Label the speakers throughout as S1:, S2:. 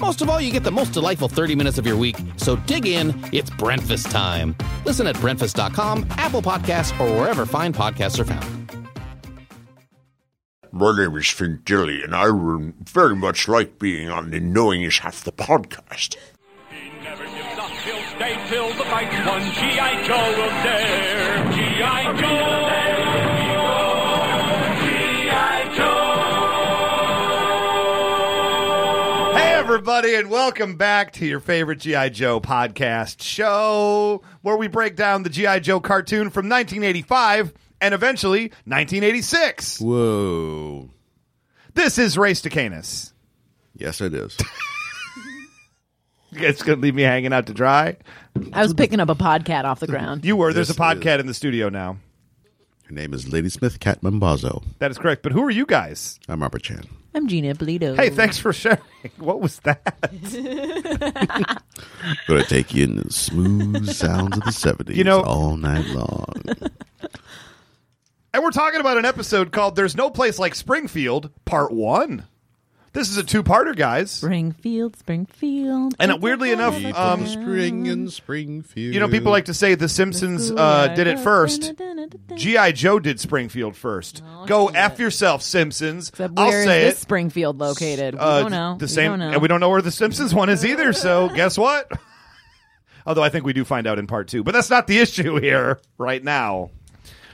S1: Most of all, you get the most delightful 30 minutes of your week. So dig in, it's breakfast time. Listen at breakfast.com, Apple Podcasts, or wherever fine podcasts are found.
S2: My name is Fink Dilly, and I would very much like being on the Knowing Is Half the podcast.
S3: He never gives up. He'll stay till the fight's won. G.I. Joe will dare. G.I. Joe.
S4: Hey, everybody, and welcome back to your favorite G.I. Joe podcast show where we break down the G.I. Joe cartoon from 1985 and eventually 1986.
S5: Whoa.
S4: This is Race to Canis.
S5: Yes, it is.
S4: You guys going to leave me hanging out to dry?
S6: I was picking up a podcat off the ground.
S4: You were. There's
S5: Yes,
S4: a podcast
S5: it
S4: in the studio now.
S5: Her name is Ladysmith Cat Mambazo.
S4: That is correct. But who are you guys?
S5: I'm Robert Chan.
S6: I'm Gina Polito.
S4: Hey, thanks for sharing. What was that?
S5: Gonna take you in the smooth sounds of the 70s
S4: You know-
S5: all night long.
S4: And we're talking about an episode called There's No Place Like Springfield, Part 1. This is a two-parter, guys.
S6: Springfield, Springfield.
S4: And weirdly enough, um,
S5: Spring in Springfield.
S4: You know, people like to say The Simpsons uh, did it first. G.I. Joe did Springfield first. Go F yourself, Simpsons.
S6: Oh, Except
S4: I'll
S6: where is
S4: say
S6: this
S4: it.
S6: Springfield located? We
S4: Uh,
S6: don't know.
S4: The
S6: We
S4: same,
S6: don't know.
S4: And we don't know where The Simpsons one is either, so guess what? Although I think we do find out in part two. But that's not the issue here right now.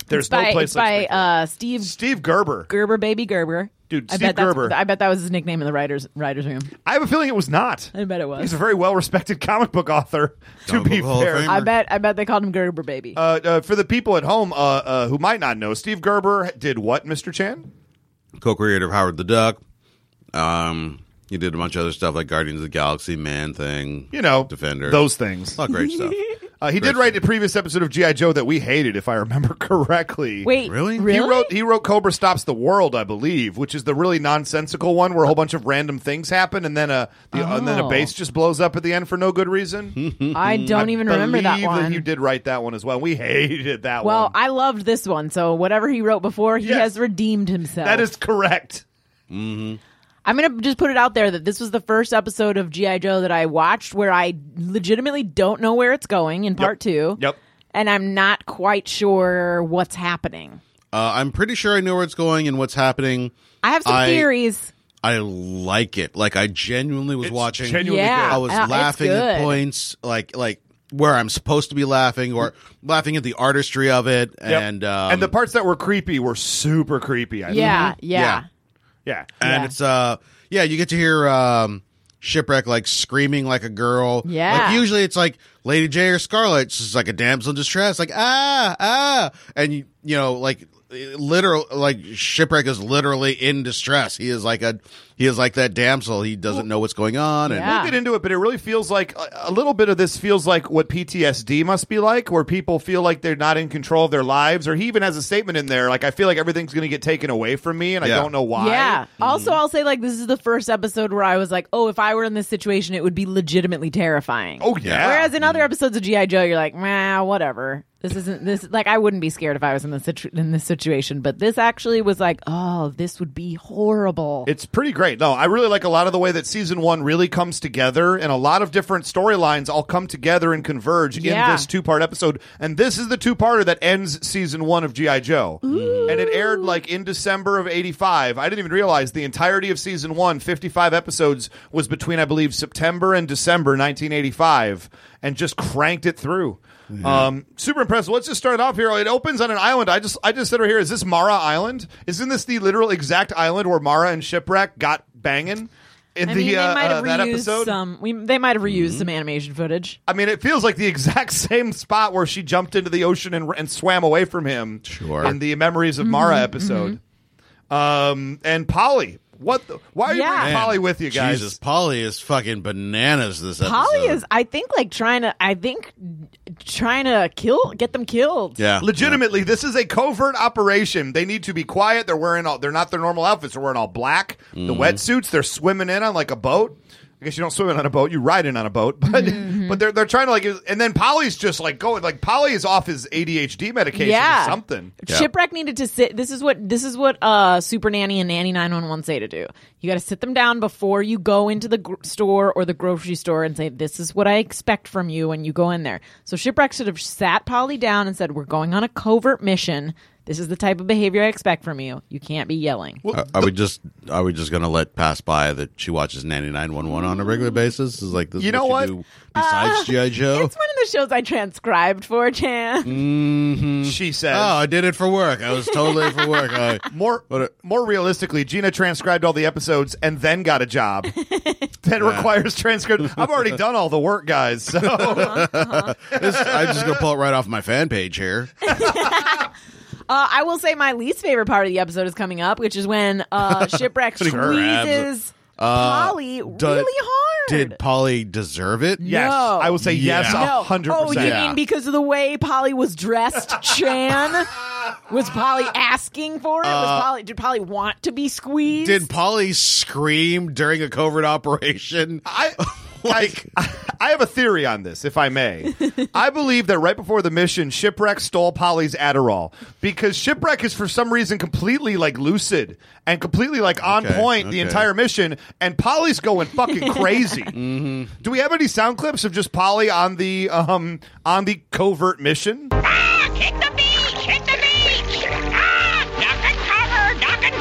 S4: There's
S6: It's by,
S4: no place
S6: it's
S4: like
S6: by
S4: Springfield.
S6: uh, Steve
S4: Steve Gerber.
S6: Gerber, baby Gerber.
S4: Dude,
S6: I
S4: Steve
S6: bet that's-
S4: Gerber.
S6: I bet that was his nickname in the writers writers room.
S4: I have a feeling it was not.
S6: I bet it
S4: He's
S6: was.
S4: a very well-respected comic book author, to
S5: Comic
S4: be
S5: book Hall of
S4: fair.
S5: Famer.
S6: I bet I bet they called him Gerber, baby.
S4: Uh, uh, for the people at home uh, uh, who might not know, Steve Gerber did what, Mr. Chan?
S5: co creator of Howard the Duck. Um, he did a bunch of other stuff like Guardians of the Galaxy, Man Thing.
S4: You know,
S5: Defender.
S4: Those things.
S5: A lot of great stuff.
S4: Uh, he did write a previous episode of GI Joe that we hated, if I remember correctly.
S6: Wait,
S5: really? He
S6: Really?
S4: He wrote he wrote Cobra Stops the World, I believe, which is the really nonsensical one where a whole bunch of random things happen and then a the, uh, and then a
S6: Oh. Hmm.
S4: base just blows up at the end for no good reason.
S6: I don't even remember that
S4: mm, Believe
S6: one.
S4: You did write that one as well. We hated that
S6: well,
S4: one.
S6: I loved this one. So whatever he wrote before, he
S4: Yes.
S6: has redeemed himself.
S4: that is correct.
S6: I'm gonna just put it out there that this was the first episode of GI Joe that I watched where I legitimately don't know where it's going in part two.
S4: Yep.
S6: And I'm not quite sure what's happening.
S5: Uh, I'm pretty sure I know where it's going and what's happening.
S6: I have some
S5: I-
S6: theories.
S5: I like it. Like I genuinely was watching.
S4: genuinely
S6: Yeah,
S5: I was
S6: uh, it's
S5: laughing at
S6: good.
S5: points like like where I'm supposed to be laughing or laughing at the artistry of it
S4: Yep.
S5: and um,
S4: and the parts that were creepy were super creepy. I think.
S6: Yeah, yeah,
S5: Yeah.
S4: Mm-hmm. yeah.
S5: and
S6: yeah.
S5: it's uh yeah you get to hear um shipwreck like screaming like a girl
S6: Yeah.
S5: like usually it's like Lady J or Scarlet she's like a damsel in distress like ah ah and you, you know like literal like shipwreck is literally in distress he is like a he is like that damsel he doesn't know what's going on and
S6: Yeah.
S4: We'll get into it, but it really feels like a- a little bit of this feels like what PTSD must be like, where people feel like they're not in control of their lives. Or he even has a statement in there like, "I feel like everything's going to get taken away from me, and I
S5: Yeah.
S4: don't know why." Mm-hmm.
S6: Yeah. Also, I'll say like this is the first episode where I was like, "Oh, if I were in this situation, it would be legitimately terrifying."
S4: Oh yeah.
S6: Whereas in other episodes of GI Joe, you're like, "Nah, whatever. This isn't this like I wouldn't be scared if I was in this situ- in this situation." But this actually was like, "Oh, this would be horrible."
S4: It's pretty great. No, I really like a lot of the way that season one really comes together, and a lot of different storylines all come together and converge in
S6: Yeah.
S4: this two part episode. And this is the two parter that ends season one of G.I. Joe. and it aired like in December of 85. I didn't even realize the entirety of season one, 55 episodes, was between, I believe, September and December 1985, and just cranked it through. Um, super impressive. Let's just start it off here. It opens on an island. I just, I just said right here, is this Mara Island? Isn't this the literal exact island where Mara and Shipwreck got banging in
S6: I
S4: the
S6: mean, they
S4: uh,
S6: might
S4: uh,
S6: have
S4: that
S6: reused
S4: episode? Mm-hmm.
S6: some. We, they might have reused some animation footage.
S4: I mean, it feels like the exact same spot where she jumped into the ocean and, and swam away from him.
S5: Sure.
S4: In the Memories of
S6: Mm-hmm,
S4: Mara episode. Um, and Polly. What the, why are you
S6: Yeah.
S4: bringing
S5: Man,
S4: Polly with you guys?
S5: Jesus, Polly is fucking bananas this episode.
S6: Polly is, I think, like trying to. I think trying to kill, get them killed.
S5: Yeah.
S4: Legitimately, this is a covert operation. They need to be quiet. They're wearing all they're not their normal outfits. They're wearing all black. The
S5: Mm-hmm.
S4: wetsuits, they're swimming in on like a boat. I guess you don't swim in on a boat, you ride in on a boat. But
S6: Mm-hmm.
S4: but they're they're trying to like and then Polly's just like going like Polly is off his ADHD medication
S6: Yeah.
S4: or something.
S6: Shipwreck needed to sit. This is what this is what uh, Super Nanny and Nanny Nine One One say to do. You got to sit them down before you go into the gr- store or the grocery store and say, "This is what I expect from you when you go in there." So Shipwreck should have sat Polly down and said, "We're going on a covert mission. This is the type of behavior I expect from you. You can't be yelling."
S5: Are, are we just are we just gonna let pass by that she watches ninety nine one one on a regular basis? Is like this
S4: You
S5: is
S4: know
S5: you
S4: what?
S5: do besides GI Joe?
S6: It's one of the shows I transcribed for Chan.
S4: She says
S5: Oh, I did it for work. I was totally for work. I,
S4: More
S5: What a-
S4: more realistically, Gina transcribed all the episodes and then got a job that requires transcript. I've already done all the work, guys. So
S5: this, I'm just gonna pull it right off my fan page here.
S6: Uh, I will say my least favorite part of the episode is coming up, which is when uh, Shipwreck
S5: grabs it.
S6: squeezes Polly
S5: Do-
S6: really hard.
S5: Did Polly deserve it?
S4: yes,
S6: No.
S4: I will say yes,
S5: Yeah.
S4: a
S6: No.
S4: hundred
S6: Oh, you
S4: percent.
S6: mean because of the way Polly was dressed, Chan? was Polly asking for it?
S4: Uh,
S6: was Polly did Polly want to be squeezed?
S5: Did Polly scream during a covert operation?
S4: I like. I have a theory on this, if I may. I believe that right before the mission, Shipwreck stole Polly's Adderall because Shipwreck is for some reason completely like lucid and completely like on
S5: Okay,
S4: point the
S5: okay.
S4: entire mission, and Polly's going fucking crazy.
S5: Mm-hmm.
S4: Do we have any sound clips of just Polly on the um on the covert mission?
S7: Ah, kick the beach! Hit the beach! Ah, duck and cover! Duck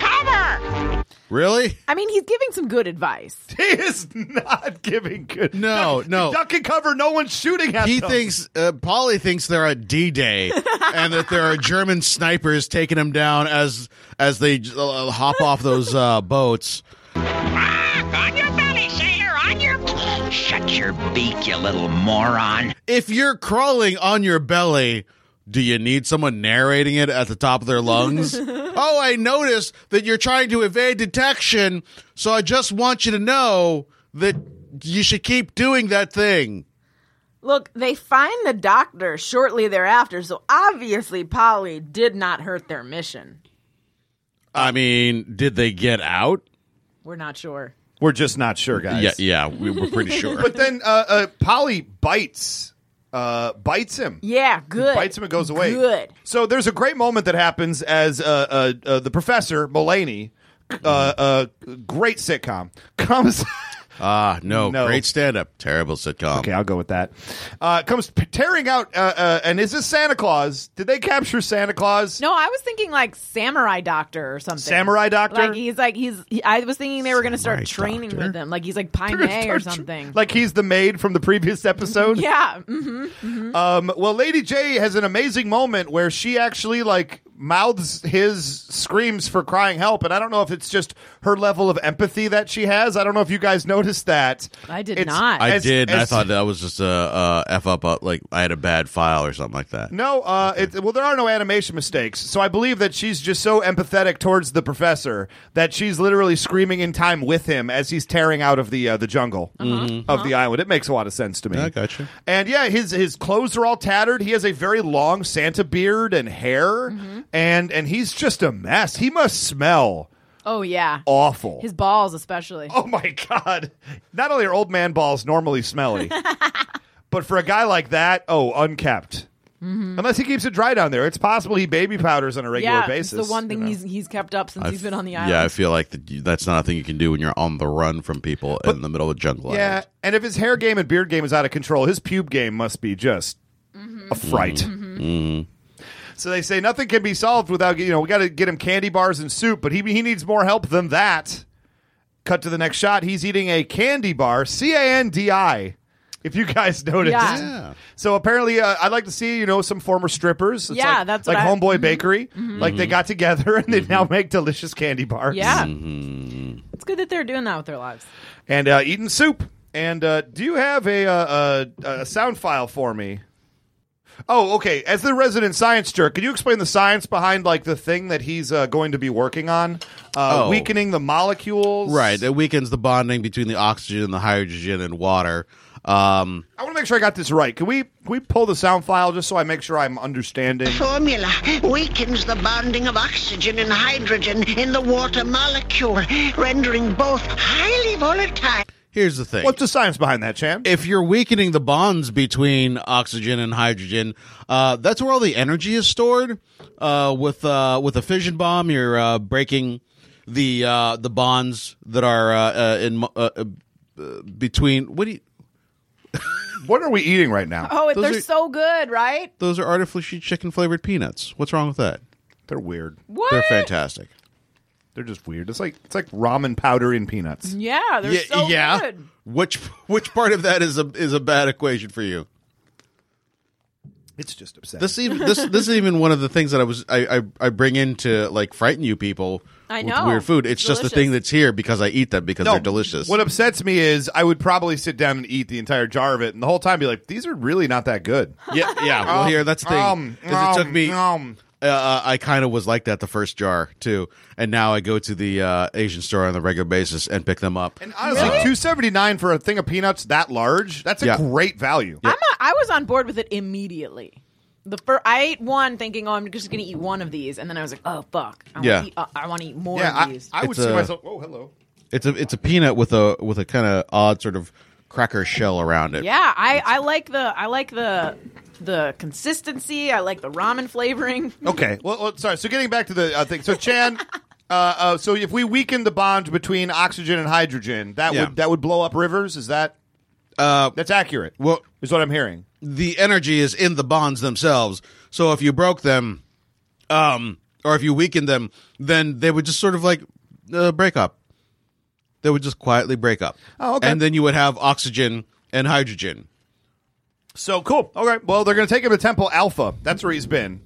S7: and cover!
S5: Really?
S6: I mean, he's giving some good advice.
S4: He is not giving good.
S5: No,
S4: duck,
S5: no.
S4: duck and cover. No one's shooting at
S5: He
S4: them.
S5: thinks uh, Polly thinks they're at D Day and that there are German snipers taking him down as as they uh, hop off those uh, boats.
S7: Ah, on your belly, sailor! On your...
S8: Shut your beak, you little moron.
S5: If you're crawling on your belly, do you need someone narrating it at the top of their lungs? oh, I noticed that you're trying to evade detection, so I just want you to know that you should keep doing that thing.
S6: Look, they find the doctor shortly thereafter, so obviously Polly did not hurt their mission.
S5: I mean, did they get out?
S6: We're not sure.
S4: we're just not sure, guys.
S5: Yeah, yeah, we were pretty sure.
S4: But then uh, uh, Polly bites, uh, bites him.
S6: Yeah, good.
S4: bites him and goes away.
S6: Good.
S4: So there's a great moment that happens as uh, uh, uh, the professor Mulaney, uh, uh, great sitcom, comes.
S5: Ah, no,
S4: No.
S5: great stand up, terrible sitcom.
S4: okay, I'll go with that. Uh, comes p- tearing out, uh, uh, and is this Santa Claus? Did they capture Santa Claus?
S6: No, I was thinking like samurai doctor or something.
S4: Samurai doctor?
S6: Like he's like he's. He, I was thinking they were going to start
S5: Samurai
S6: training
S5: doctor?
S6: with him. Like he's like
S4: They're gonna
S6: Paimei or
S4: start tr-
S6: something.
S4: Like he's the maid from the previous episode.
S6: yeah. mhm.
S4: Um, well, Lady J has an amazing moment where she actually like mouths his screams for crying help, and I don't know if it's just her level of empathy that she has. I don't know if you guys noticed that.
S6: I did not.
S5: I
S4: as-
S5: did. and I
S4: as-
S5: thought that was just a uh, f up. Uh, like I had a bad file or something like that.
S4: No, uh, it, well, there are no animation mistakes, so I believe that she's just so empathetic towards the professor that she's literally screaming in time with him as he's tearing out of the uh, the jungle of the island. It makes a lot of sense to me.
S5: Mm-hmm. I gotcha.
S4: And yeah, his his clothes are all tattered. He has a very long Santa beard and hair, and and he's just a mess. He must smell
S6: Oh yeah.
S4: awful.
S6: His balls especially.
S4: oh my god! Not only are old man balls normally smelly, but for a guy like that, oh, unkept. Unless he keeps it dry down there, it's possible he baby powders on a regular
S6: Mm-hmm. yeah.
S4: basis.
S6: It's the one thing
S4: you know?
S6: he's he's kept up since he's been on the island.
S5: Yeah, I feel like that you- that's not a thing you can do when you're on the run from people in the middle of jungle.
S4: Yeah,
S5: island.
S4: and if his hair game and
S6: Mm-hmm.
S4: beard game is out of control, his pube game must be just a fright. So they say nothing can be solved without you know we got to get him candy bars and soup, but he he needs more help than that. Cut to the next shot. He's eating a candy bar, C A N D I. If you guys noticed,
S6: Yeah.
S5: Yeah.
S4: so apparently, uh, I'd like to see you know some former strippers. It's
S6: Yeah,
S4: like,
S6: that's
S4: like
S6: what I- Mm-hmm.
S4: Homeboy Bakery. Like they got together and they
S5: Mm-hmm.
S4: now make delicious candy bars.
S6: Yeah. It's good that they're doing that with their lives.
S4: and uh, eating soup. And uh, do you have a, uh, a a sound file for me? Oh, okay. As the resident science jerk, could you explain the science behind like the thing that he's uh, going to be working on, uh,
S5: Oh.
S4: weakening the molecules?
S5: Right. It weakens the bonding between the oxygen and the hydrogen and water. Um,
S4: I want to make sure I got this right. Can we can we pull the sound file just so I make sure I'm understanding?
S9: Formula weakens the bonding of oxygen and hydrogen in the water molecule, rendering both highly volatile.
S5: here's the thing.
S4: What's the science behind that, Chan?
S5: if you're weakening the bonds between oxygen and hydrogen, uh, that's where all the energy is stored. Uh, with uh, with a fission bomb, you're uh, breaking the uh, the bonds that are uh, uh, in mo- uh, uh, uh, between. What do you?
S4: what are we eating right now?
S6: Oh,
S5: Those
S6: they're
S5: are-
S6: so good, right?
S5: Those are artificially chicken flavored peanuts. What's wrong with that?
S4: They're weird.
S6: What?
S5: They're fantastic.
S4: They're just weird. It's like it's like ramen powder in peanuts.
S6: Yeah, they're so good.
S5: Which which part of that is a is a bad equation for you?
S4: It's just upsetting.
S5: This even this this is even one of the things that I was I I, I bring in to like frighten you people.
S6: I
S5: with
S6: know.
S5: weird food. It's just a thing
S6: Delicious.
S5: that's here because I eat them because they're delicious.
S4: What upsets me is I would probably sit down and eat the entire jar of it, and the whole time be like, "These are really not that good."
S5: yeah, yeah. Well, here that's the thing.
S4: Um,
S5: is it took
S4: um,
S5: me.
S4: um.
S5: uh, uh, I kind of was like that the first jar too, and now I go to the uh, Asian store on a regular basis and pick them up.
S4: And honestly, two seventy nine for a thing of peanuts that large, that's a
S5: Yeah.
S4: great value.
S6: I'm a, I was on board with it immediately. The fir- I ate one thinking, oh, I'm just going to eat one of these. And then I was like, oh, fuck. I want
S5: Yeah.
S6: to eat, uh, I wanna eat more
S4: Yeah,
S6: of
S4: I,
S6: these.
S4: I would
S5: It's
S4: see
S5: a-
S4: myself. Oh, hello.
S5: It's a it's a peanut with a with a kind of odd sort of cracker shell around it.
S6: yeah, I, I like the I like the the consistency. I like the ramen flavoring.
S4: Okay. Well, well, sorry. So getting back to the uh, thing. So Chan. Uh, uh, so if we weaken the bond between oxygen and hydrogen, that
S5: Yeah.
S4: would that would blow up rivers. Is that uh, that's accurate?
S5: well-
S4: is what I'm hearing.
S5: the energy is in the bonds themselves. So if you broke them, um, or if you weakened them, then they would just sort of like uh, break up. They would just quietly break up.
S4: Oh, okay.
S5: And then you would have oxygen and hydrogen.
S4: So cool. All right. Well, they're going to take him to Temple Alpha. That's where he's been.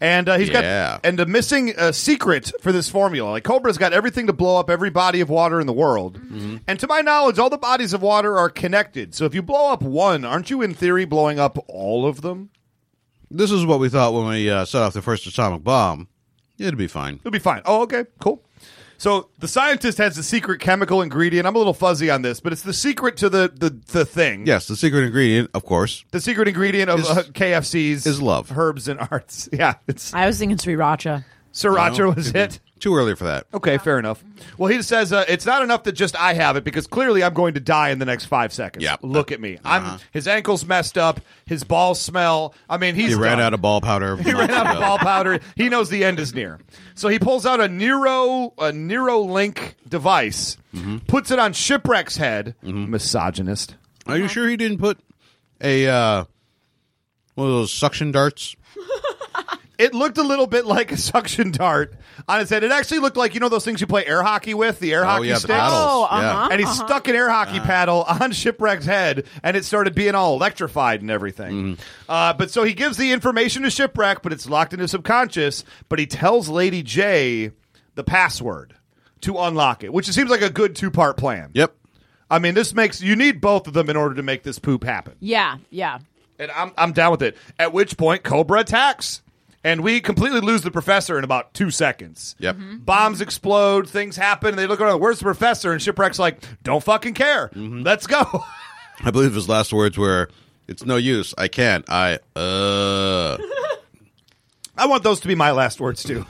S4: And uh, he's
S5: Yeah.
S4: got and the missing uh, secret for this formula. Like Cobra's got everything to blow up every body of water in the world.
S5: Mm-hmm.
S4: And to my knowledge, all the bodies of water are connected. So if you blow up one, aren't you in theory blowing up all of them?
S5: This is what we thought when we uh, set off the first atomic bomb. It'd be fine.
S4: It'll be fine. Oh, okay. Cool. So the scientist has the secret chemical ingredient. I'm a little fuzzy on this, but it's the secret to the the, the thing.
S5: Yes, the secret ingredient, of course.
S4: The secret ingredient of
S5: Is-
S4: uh, KFC's
S5: is love.
S4: herbs and arts. Yeah, it's
S6: I was thinking sriracha.
S4: sriracha was it.
S5: Too early for that.
S4: Okay, fair enough. Well, he says uh, it's not enough that just I have it because clearly I'm going to die in the next five seconds.
S5: Yep. Uh-huh.
S4: Look at me. I'm his ankles messed up. His balls smell. I mean, he's
S5: He ran
S4: done.
S5: out of ball powder.
S4: He ran out of ball powder. He knows the end is near. So he pulls out a Neuro a Neuralink device,
S5: Mm-hmm.
S4: puts it on Shipwreck's head. Misogynist.
S5: Are you sure he didn't put a uh, one of those suction darts?
S4: It looked a little bit like a suction dart on his head. It actually looked like you know those things you play air hockey with, the air hockey
S5: yeah, the
S4: sticks.
S5: paddles.
S6: Oh,
S5: Yeah.
S6: uh-huh.
S4: and he stuck an air
S5: Uh.
S4: hockey paddle on Shipwreck's head, and it started being all electrified and everything.
S5: Mm-hmm.
S4: Uh, but so he gives the information to Shipwreck, but it's locked in his subconscious. But he tells Lady J the password to unlock it, which it seems like a good two part plan.
S5: Yep.
S4: I mean, this makes you need both of them in order to make this poop happen,
S6: Yeah, yeah.
S4: and I'm I'm down with it. At which point, Cobra attacks. And we completely lose the professor in about two seconds.
S5: Yep.
S4: Bombs explode, things happen, and they look around, where's the professor? And Shipwreck's like, don't fucking care. Let's go.
S5: I believe his last words were, "It's no use. I can't. I uh."
S4: I want those to be my last words too.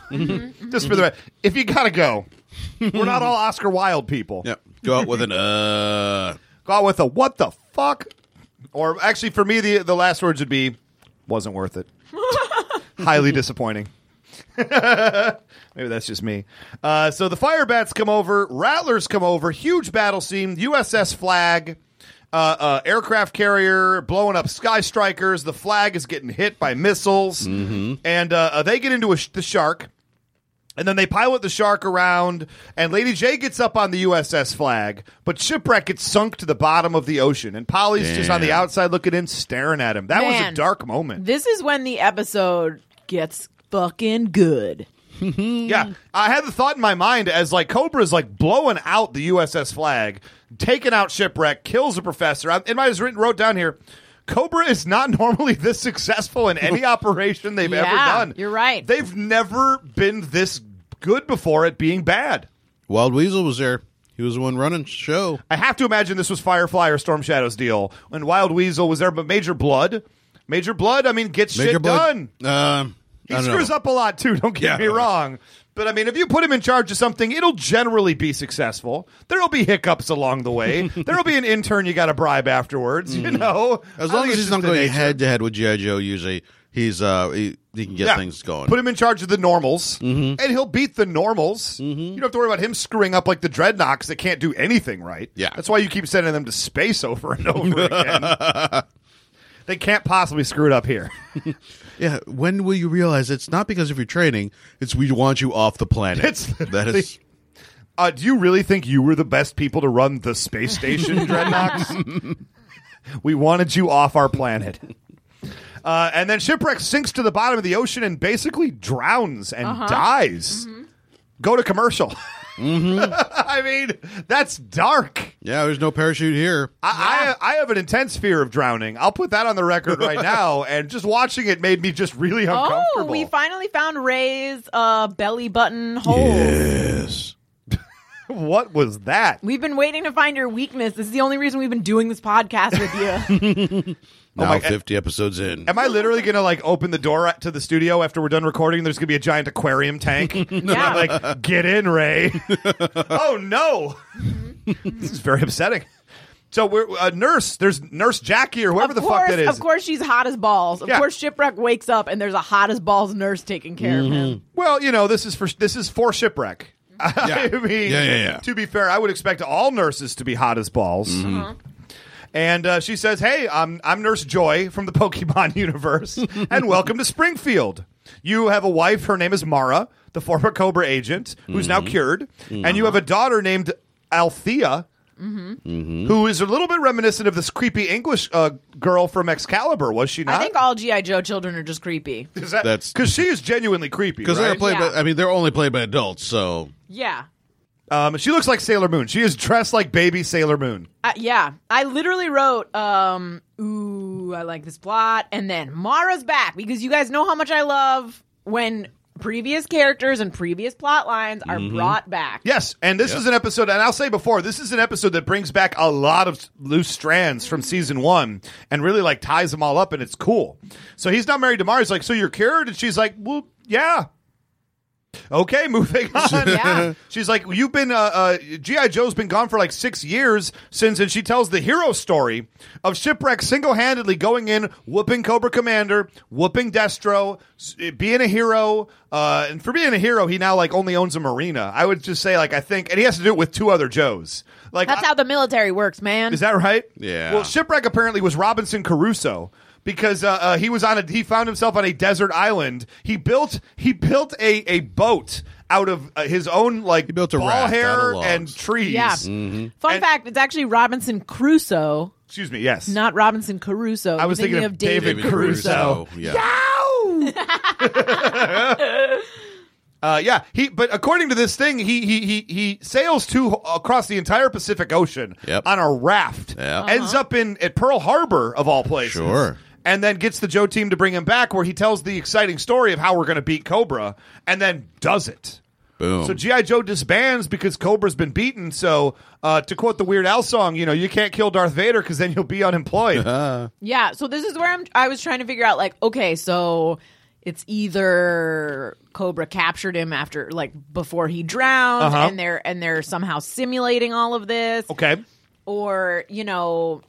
S4: Just for the if you gotta go, we're not all Oscar Wilde people.
S5: Yep. Go out with an uh.
S4: Go out with a what the fuck, or actually for me the the last words would be wasn't worth it. Highly disappointing. Maybe that's just me. Uh, so the fire bats come over, rattlers come over, huge battle scene, USS flag. uh, uh, aircraft carrier blowing up sky strikers. The flag is getting hit by missiles, and uh, uh, they get into a sh- the shark. And then they pilot the shark around, and Lady J gets up on the USS flag, but shipwreck gets sunk to the bottom of the ocean, and Polly's just on the outside looking in, staring at him. That was a
S6: Man.
S4: dark moment.
S6: This is when the episode gets fucking good. Mm.
S4: Yeah, I had the thought in my mind as like Cobra's like blowing out the USS flag, taking out shipwreck, kills a professor. I, in my was written wrote down here, Cobra is not normally this successful in any operation they've ever
S6: Yeah,
S4: done.
S6: you're right.
S4: They've never been this good before at being bad.
S5: Wild Weasel was there. He was the one running the show.
S4: I have to imagine this was Firefly or Storm Shadow's deal when Wild Weasel was there, but Major Blood, Major Blood, I mean, gets
S5: Major
S4: shit
S5: Blood.
S4: done.
S5: Um,
S4: He
S5: I don't
S4: screws
S5: know.
S4: up a lot too. Don't get
S5: Yeah.
S4: me wrong. But I mean, if you put him in charge of something, it'll generally be successful. There'll be hiccups along the way. There'll be an intern you got to bribe afterwards. You know,
S5: Mm. As
S4: I
S5: long
S4: think
S5: as
S4: it's
S5: he's not
S4: just the
S5: going
S4: nature.
S5: head to head with GI Joe, usually he's uh he, he can get
S4: Yeah.
S5: things going.
S4: Put him in charge of the normals,
S5: Mm-hmm.
S4: and he'll beat the normals. You don't have to worry about him screwing up like the dreadnoks that can't do anything right.
S5: Yeah.
S4: that's why you keep sending them to space over and over again. they can't possibly screw it up here.
S5: yeah. When will you realize it's not because of your training? It's we want you off the planet.
S4: It's
S5: that is.
S4: Uh, do you really think you were the best people to run the space station, Dreadnoks? we wanted you off our planet. Uh, and then Shipwreck sinks to the bottom of the ocean and basically drowns and
S6: Uh-huh.
S4: dies.
S6: Mm-hmm.
S4: Go to commercial. I mean, that's dark.
S5: Yeah, there's no parachute here.
S4: I, I I have an intense fear of drowning. I'll put that on the record right now. And just watching it made me just really uncomfortable.
S6: Oh, we finally found Ray's uh, belly button
S4: Oh.
S6: hole.
S4: what was that?
S6: We've been waiting to find your weakness. This is the only reason we've been doing this podcast with you.
S5: Now
S4: Oh my-
S5: 50 episodes in.
S4: Am I literally gonna like open the door to the studio after we're done recording? There's gonna be a giant aquarium tank. And I'm like, get in, Ray. oh no,
S6: Mm-hmm.
S4: this is very upsetting. So we're a nurse. There's nurse Jackie or whoever
S6: of
S4: the
S6: course,
S4: fuck that is.
S6: of course, she's hot as balls. Of
S4: Yeah.
S6: course, shipwreck wakes up and there's a hot as balls nurse taking care of him.
S4: Well, you know, this is for this is for shipwreck. I mean,
S5: Yeah, yeah, yeah.
S4: to be fair, I would expect all nurses to be hot as balls.
S5: Mm-hmm.
S6: Uh-huh.
S4: And uh, she says, "Hey, I'm I'm Nurse Joy from the Pokemon universe, and welcome to Springfield. You have a wife. Her name is Mara, the former Cobra agent, who's now
S5: Mm-hmm.
S4: cured, and you have a daughter named Althea."
S5: Mm-hmm.
S4: who is a little bit reminiscent of this creepy English uh, girl from Excalibur, was she not?
S6: I think all GI Joe children are just creepy.
S4: Is that-
S5: That's-
S4: cause she is genuinely creepy.
S5: Because
S4: right?
S5: they're played
S6: Yeah.
S5: by, I mean, they're only played by adults, so
S6: Yeah,
S4: Um, she looks like Sailor Moon. She is dressed like baby Sailor Moon.
S6: Uh, yeah, I literally wrote, um, ooh, I like this plot. And then Mara's back because you guys know how much I love when previous characters and previous plot lines are
S4: Mm-hmm.
S6: brought back.
S4: Yes, and this is an episode, and I'll say before, this is an episode that brings back a lot of s- loose strands from season one and really like ties them all up, and it's cool. So he's not married to Mara. He's like, So you're cured? And she's like, Well, yeah. Okay, moving on.
S6: Yeah.
S4: She's like, You've been, uh, uh, G.I. Joe's been gone for like six years since, and she tells the hero story of Shipwreck single handedly going in, whooping Cobra Commander, whooping Destro, s- eh, being a hero. Uh, and for being a hero, he now like only owns a marina. I would just say, like, I think, and he has to do it with two other Joes. Like,
S6: That's
S4: I-
S6: how the military works, man.
S4: is that right?
S5: Yeah.
S4: Well, shipwreck apparently was Robinson Crusoe because uh, uh, he was on a he found himself on a desert island. He built he built a a boat out of uh, his own like he
S5: built a
S4: ball
S5: raft out
S4: hair
S5: of logs. Mm.
S4: and trees.
S6: yeah. Fun
S4: Mm-hmm. And-
S6: fact: it's actually Robinson Crusoe,
S4: Excuse me. Yes.
S6: not Robinson Caruso.
S4: I was
S6: You're
S4: thinking of David Caruso.
S5: Yeah.
S4: Uh, yeah, he. But according to this thing, he he he he sails to across the entire Pacific Ocean
S5: Yep.
S4: on a raft.
S5: Yeah.
S4: Ends up in at Pearl Harbor of all places.
S5: Sure.
S4: And then gets the Joe team to bring him back, where he tells the exciting story of how we're going to beat Cobra, and then does it.
S5: Boom.
S4: So GI Joe disbands because Cobra's been beaten. So uh, to quote the Weird Al song, you know, you can't kill Darth Vader because then you'll be unemployed.
S6: Yeah, so this is where I'm I was trying to figure out like okay, so it's either Cobra captured him after like before he drowned
S4: Uh-huh.
S6: and they're and they're somehow simulating all of this
S4: okay.
S6: or, you know,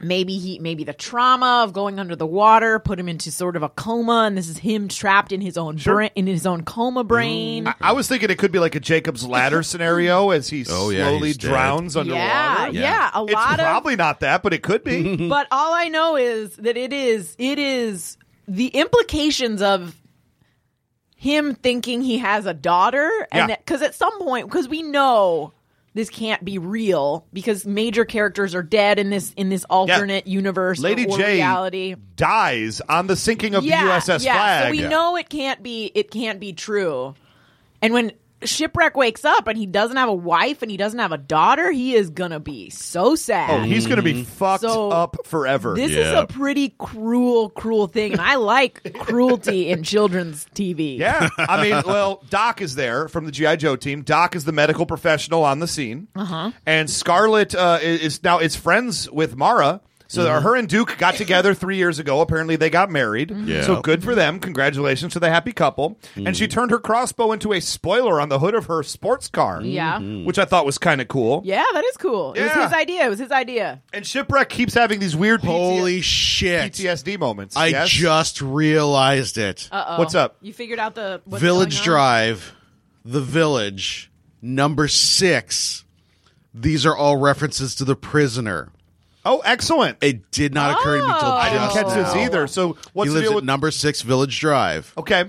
S6: maybe he maybe the trauma of going under the water put him into sort of a coma and this is him trapped in his own brain in his own coma brain
S4: I, I was thinking it could be like a Jacob's Ladder scenario as he
S5: Oh, yeah,
S4: slowly
S5: he's dead.
S4: drowns underwater.
S6: yeah, yeah a
S4: It's
S6: lot of
S4: probably not that, but it could be.
S6: but all I know is that it is it is the implications of him thinking he has a daughter
S4: Yeah.
S6: and that cuz at some point cuz we know this can't be real because major characters are dead in this in this alternate universe or-
S4: Lady
S6: or
S4: J
S6: reality.
S4: dies on the sinking of the USS
S6: yeah.
S4: Flag.
S6: So we know it can't be it can't be true. And when Shipwreck wakes up and he doesn't have a wife and he doesn't have a daughter, he is gonna be so sad.
S4: Oh, he's going to be fucked
S6: Mm-hmm. So-
S4: up forever.
S6: This is a pretty cruel, cruel thing, and I like cruelty in children's TV.
S4: Yeah. I mean, well, Doc is there from the G.I. Joe team. Doc is the medical professional on the scene. Uh-huh. And Scarlett uh, is, is now is friends with Mara. So her and Duke got together three years ago. Apparently, they got married.
S6: Mm-hmm.
S5: Yeah.
S4: So good for them. Congratulations to the happy couple. And she turned her crossbow into a spoiler on the hood of her sports car.
S6: Yeah.
S5: Mm.
S4: Which I thought was kind of cool.
S6: Yeah, that is cool. It
S4: Mm-hmm. Yeah.
S6: was his idea. It was his idea.
S4: And Shipwreck keeps having these weird PTSD
S5: Holy shit.
S4: PTSD moments.
S5: I
S4: yes?
S5: just realized it.
S6: Uh-oh.
S4: What's up?
S6: You figured out the what's
S5: Village
S6: going on?
S5: Drive, The Village, number six. These are all references to The Prisoner.
S4: Oh, excellent.
S5: It did not occur to me until
S6: Oh.
S5: just
S4: I didn't catch
S5: now.
S4: this either. So what's
S5: he
S4: the
S5: lives
S4: deal
S5: at
S4: with
S5: number six Village Drive.
S4: Okay.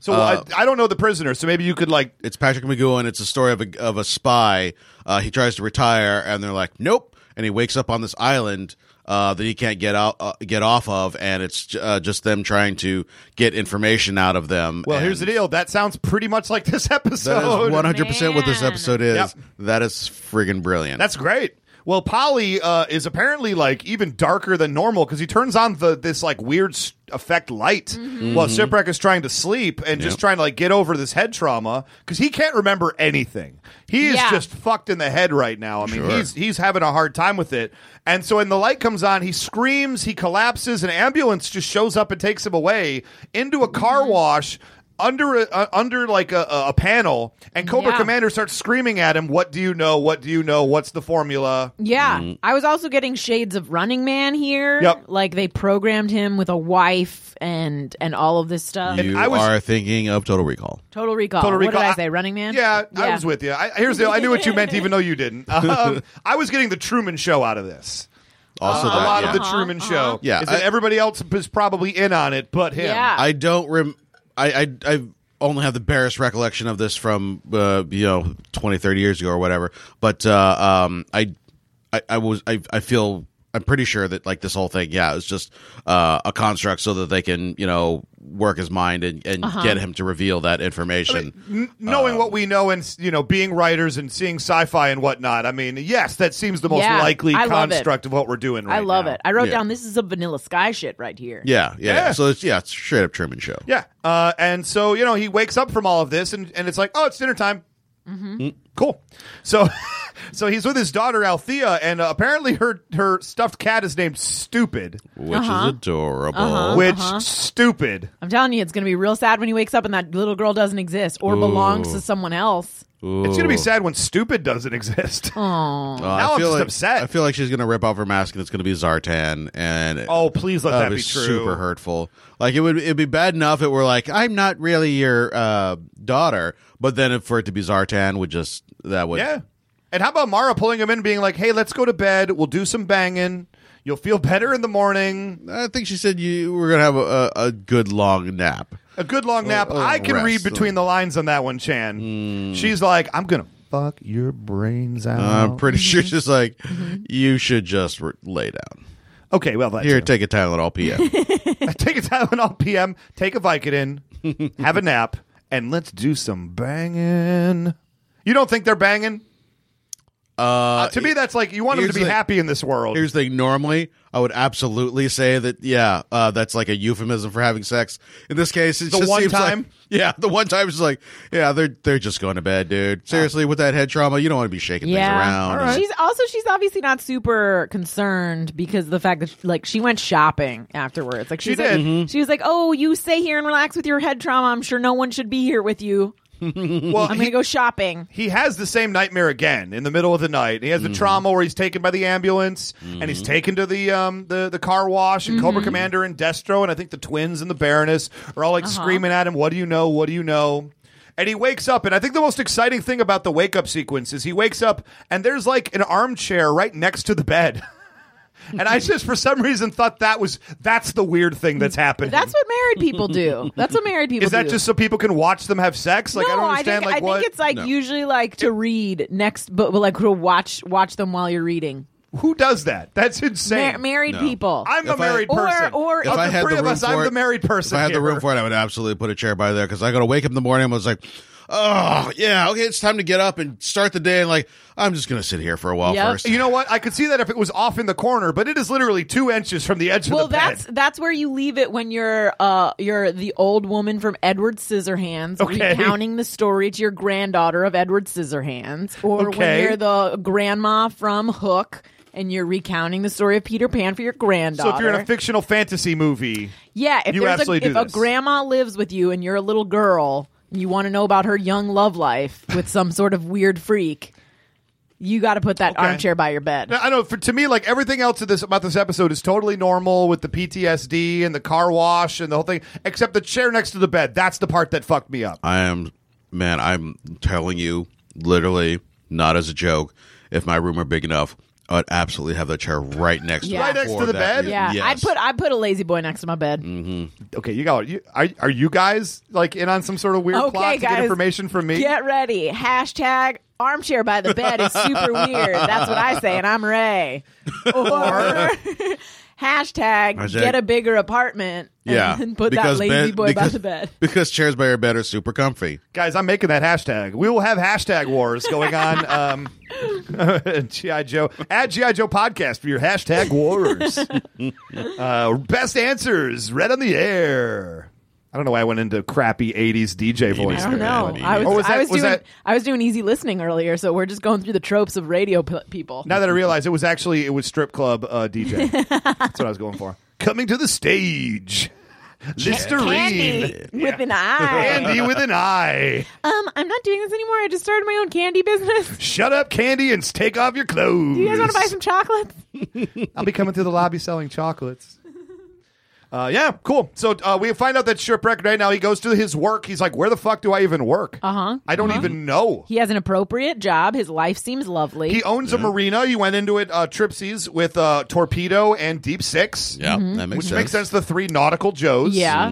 S4: So
S5: Uh,
S4: I, I don't know the prisoner, so maybe you could like
S5: It's Patrick McGowan. It's a story of a, of a spy. Uh, he tries to retire, and they're like, "Nope!" And he wakes up on this island uh, that he can't get out, uh, get off of, and it's j- uh, just them trying to get information out of them.
S4: well,
S5: And
S4: here's the deal. That sounds pretty much like this
S5: That
S4: episode.
S5: is 100 percent what this
S6: Man.
S5: episode is.
S4: Yep.
S5: That is friggin' brilliant.
S4: That's great. Well, Polly uh, is apparently like even darker than normal because he turns on the this like weird s- effect light
S6: Mm-hmm.
S4: while
S5: Mm-hmm.
S4: Shipwreck is trying to sleep and just trying to like get over this head trauma because he can't remember anything. He is
S6: Yeah.
S4: just fucked in the head right now. I mean, he's he's having a hard time with it. And so when the light comes on, he screams, he collapses, an ambulance just shows up and takes him away into a
S6: Oh
S4: car wash. Under a, uh, under like a, a a panel, and Cobra
S6: Yeah.
S4: Commander starts screaming at him, "What do you know? What do you know? What's the formula?"
S6: Yeah, I was also getting shades of Running Man here.
S4: Mm-hmm. Yep.
S6: like they programmed him with a wife and and all of this stuff.
S5: you
S4: I was-
S5: are thinking of Total Recall.
S6: Total Recall.
S4: Total Recall.
S6: Oh, What did I say? Running Man.
S4: Yeah, I was with you. I, here's the. I knew what you meant, even though you didn't. Um, I was getting the Truman Show out of this.
S5: Also,
S4: a
S5: that,
S4: lot
S5: yeah.
S4: of the Truman
S6: Uh-huh,
S4: Show.
S5: Yeah,
S4: is that
S5: I-
S4: everybody else is probably in on it, but him.
S6: Yeah.
S5: I don't rem. I, I I only have the barest recollection of this from uh, you know 20, 30 years ago or whatever. But uh, um, I, I I was I I feel I'm pretty sure that like this whole thing, yeah, it's just uh, a construct so that they can you know work his mind and and get him to reveal that information.
S4: N- knowing what we know and you know being writers and seeing sci-fi and whatnot. I mean, yes, that seems the most
S6: Yeah,
S4: likely
S6: I love it.
S4: construct of what we're doing. right
S6: I love
S4: now.
S6: it. I wrote
S5: Yeah.
S6: down this is a Vanilla Sky shit right here.
S5: yeah, yeah,
S4: Yeah.
S5: So it's yeah, it's straight up Truman Show.
S4: Yeah. Uh, and so, you know, he wakes up from all of this and, and it's like, oh, it's dinner time.
S6: Mm-hmm.
S4: Cool. So so he's with his daughter Althea and uh, apparently her her stuffed cat is named Stupid,
S5: which is adorable.
S6: Uh-huh.
S4: which stupid.
S6: I'm telling you, it's going to be real sad when he wakes up and that little girl doesn't exist or belongs to someone else.
S4: It's going to be sad when Stupid doesn't exist.
S5: Uh,
S4: now
S5: I
S4: I'm
S5: feel
S4: just
S5: like,
S4: upset.
S5: I feel like she's gonna rip off her mask and it's gonna be Zartan and
S4: oh, please let
S5: Uh,
S4: that
S5: it
S4: be
S5: was
S4: true.
S5: super hurtful. Like it would it'd be bad enough if we're like, I'm not really your uh, daughter, but then if for it to be Zartan would just that would
S4: Yeah. And how about Mara pulling him in and being like, "Hey, let's go to bed. We'll do some banging. You'll feel better in the morning.
S5: I think she said you were gonna have a, a, a good long nap.
S4: A good long nap."
S5: oh, Hmm.
S4: I can
S5: rest.
S4: read between the lines on that one, Chan. She's like, "I'm going to fuck your brains out."
S5: I'm pretty sure she's like, you should just re- lay down.
S4: Okay, well, that's
S5: Here,
S4: it.
S5: take a Tylenol PM.
S4: take a Tylenol PM, take a Vicodin, have a nap, and let's do some banging. You don't think they're banging? Uh, to me, that's like you want them to
S5: here's
S4: be
S5: the-
S4: happy in this world.
S5: Here's the thing. Normally, I would absolutely say that, yeah, uh, that's like a euphemism for having sex. In this case, it
S4: The
S5: just
S4: one
S5: seems like-
S4: time?
S5: yeah, the one time is like, yeah, they're they're just going to bed, dude. Seriously, with that head trauma, you don't want to be shaking
S6: Yeah.
S5: things around.
S4: All right.
S6: She's also she's obviously not super concerned because the fact that like she went shopping afterwards. Like
S4: She
S6: was like-
S4: did.
S6: She was like, "Oh, you stay here and relax with your head trauma. I'm sure no one should be here with you."
S4: Well,
S6: I'm
S4: he-
S6: going to go shopping.
S4: he has the same nightmare again in the middle of the night. He has the
S6: Mm-hmm.
S4: trauma where he's taken by the ambulance and he's taken to the um the, the car wash and
S6: Mm-hmm.
S4: Cobra Commander and Destro and I think the twins and the Baroness are all like
S6: Uh-huh.
S4: screaming at him, "What do you know? What do you know?" And he wakes up, and I think the most exciting thing about the wake up sequence is he wakes up and there's like an armchair right next to the bed. and I just for some reason thought that was that's the weird thing that's happening.
S6: That's what married people do. That's what married people
S4: is that
S6: do.
S4: just so people can watch them have sex? Like
S6: no,
S4: I don't understand.
S6: think,
S4: like
S6: I
S4: what?
S6: think it's like usually like to read next, but but, like to watch watch them while you're reading.
S4: Who does that? That's insane.
S6: Mar- married
S5: No.
S6: people.
S4: I'm a
S5: If I-
S4: married
S6: Or-
S4: person.
S6: or-
S4: of
S6: If
S4: the
S5: I had
S4: three
S5: the
S4: of
S5: room
S4: us,
S5: for
S4: I'm
S5: it-
S4: the married person.
S5: If I had the
S4: here.
S5: room for it, I would absolutely put a chair by there because I got to wake up in the morning. I was like, oh, yeah, okay, it's time to get up and start the day. And like, I'm just going to sit here for a while
S6: Yep.
S5: first.
S4: You know what? I could see that if it was off in the corner, but it is literally two inches from the edge
S6: well,
S4: of the bed.
S6: that's that's where you leave it when you're uh you're the old woman from Edward Scissorhands
S4: Okay.
S6: recounting the story to your granddaughter of Edward Scissorhands, or when
S4: Okay.
S6: you're the grandma from Hook and you're recounting the story of Peter Pan for your granddaughter.
S4: so if you're in a fictional fantasy movie,
S6: Yeah, if
S4: You
S6: there's a,
S4: absolutely do
S6: if a
S4: this.
S6: grandma lives with you and you're a little girl, and you want to know about her young love life with some sort of weird freak. You got to put that
S4: Okay.
S6: armchair by your bed.
S4: I know for to me, like everything else of this about this episode is totally normal with the PTSD and the car wash and the whole thing, except the chair next to the bed. That's the part that fucked me up.
S5: I am, man, I'm telling you, literally, not as a joke, if my room were big enough, I'd absolutely have that chair right next
S6: Yeah.
S5: to
S6: Right
S5: it
S4: next to
S5: for
S4: the
S5: that
S4: bed?
S5: reason.
S6: Yeah,
S5: Yes.
S6: I'd put I'd put a lazy boy next to my bed.
S4: Okay, you got you, are are you guys like in on some sort of weird
S6: Okay,
S4: plot to
S6: guys.
S4: get information from me?
S6: Get ready. Hashtag armchair by the bed is super weird. That's what I say, and I'm Ray. Or hashtag
S5: Hashtag-
S6: get a bigger apartment and,
S5: yeah,
S6: put that
S5: because
S6: lazy
S5: bed-
S6: boy by
S5: because-
S6: the bed.
S5: because chairs by your bed are super comfy.
S4: Guys, I'm making that hashtag. We will have hashtag wars going on. Um, GI Joe at GI Joe podcast for your hashtag wars. uh, best answers read on the air. I don't know why I went into crappy '80s DJ voice.
S6: I don't
S4: there.
S6: know. I was,
S4: Or was
S6: I
S4: that-
S6: was,
S4: was
S6: doing
S4: that-
S6: I was doing easy listening earlier, so we're just going through the tropes of radio p- people.
S4: Now that I realize it was actually it was strip club uh, DJ. That's what I was going for. Coming to the stage, Listerine.
S6: Candy with an eye.
S4: Candy with an eye.
S6: um, I'm not doing this anymore. I just started my own candy business.
S4: Shut up, Candy, and take off your clothes.
S6: You guys want to buy some chocolates?
S4: I'll be coming through the lobby selling chocolates. Uh, yeah, cool. So uh, we find out that shipwreck right now. He goes to his work. He's like, "Where the fuck do I even work?
S6: Uh-huh.
S4: I don't even know."
S6: He has an appropriate job. His life seems lovely.
S4: He owns a marina. He went into it uh, tripsies with uh, torpedo and deep six,
S5: Yeah,
S6: Mm-hmm.
S5: that makes
S4: which
S5: sense. Mm-hmm.
S4: makes sense. The three nautical joes.
S6: yeah.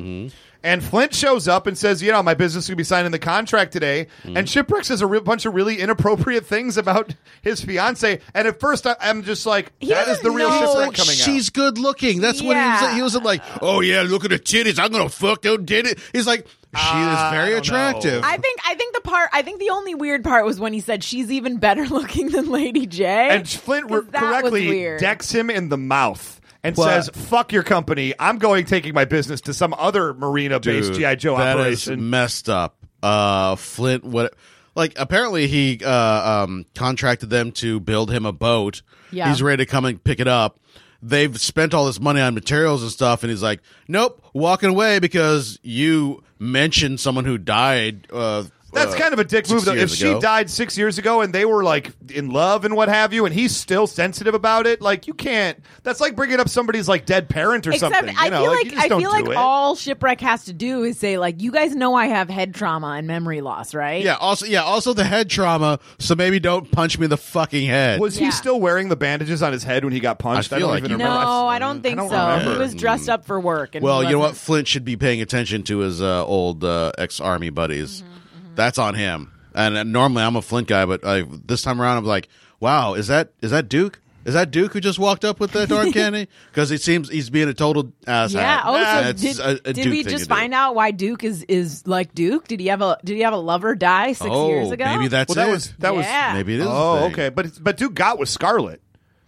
S4: And Flint shows up and says, "You know, my business is gonna be signing the contract today."
S5: Mm.
S4: And shipwreck says a real bunch of really inappropriate things about his fiance. And at first, I- I'm just like, "That is
S6: doesn't
S4: the real
S6: know
S4: shipwreck coming out."
S5: she's good looking. That's what he
S6: Yeah.
S5: was. He wasn't like, oh yeah, look at her titties. I'm gonna fuck her titties. He's like, she is very attractive.
S6: I think I think the part I think the only weird part was when he said she's even better looking than Lady J.
S4: And Flint re-
S6: 'Cause that was
S4: correctly
S6: weird.
S4: decks him in the mouth and says, "Fuck your company. I'm going taking my business to some other marina-based
S5: Dude,
S4: GI Joe
S5: that is
S4: operation."
S5: messed up. Uh, Flint, what? Like apparently he uh, um, contracted them to build him a boat.
S6: Yeah.
S5: he's ready to come and pick it up. They've spent all this money on materials and stuff, and he's like, "Nope, walking away because you mentioned someone who died." Uh,
S4: That's
S5: uh,
S4: kind of a dick
S5: six
S4: move. Though. If
S5: years
S4: she
S5: ago.
S4: died six years ago and they were like in love and what have you, and he's still sensitive about it, like you can't. That's like bringing up somebody's like dead parent or
S6: Except
S4: something.
S6: I
S4: you know,
S6: feel
S4: like,
S6: like,
S4: you just
S6: I
S4: don't
S6: feel
S4: do
S6: like
S4: it.
S6: all shipwreck has to do is say like you guys know I have head trauma and memory loss, right?
S5: Yeah. Also, yeah. Also, the head trauma. So maybe don't punch me in the fucking head.
S4: Was
S6: Yeah.
S4: he still wearing the bandages on his head when he got punched?
S5: I feel
S4: don't
S5: like
S4: even
S5: he
S4: remember.
S6: No, I don't think
S4: I don't
S6: so. He
S4: remember.
S6: was dressed up for work. And
S5: well,
S6: he
S5: you know what?
S6: wasn't-
S5: Flint should be paying attention to his uh, old uh, ex-army buddies.
S6: Mm-hmm,
S5: That's on him. And uh, normally I'm a Flint guy, but I, this time around I'm like, wow, is that is that Duke? Is that Duke who just walked up with that darn candy? Because it seems he's being a total ass.
S6: Yeah. Oh, so
S5: it's
S6: did,
S5: a, a
S6: did
S5: Duke
S6: we
S5: thing
S6: just
S5: to do.
S6: find out why Duke is is like Duke? Did he have a did he have a lover die six
S5: oh,
S6: years ago?
S5: maybe that's
S4: Well, that
S5: it.
S4: was that was.
S6: Yeah.
S5: maybe it is. a
S4: Oh,
S5: thing.
S4: okay, but it's- but dude got with Scarlet.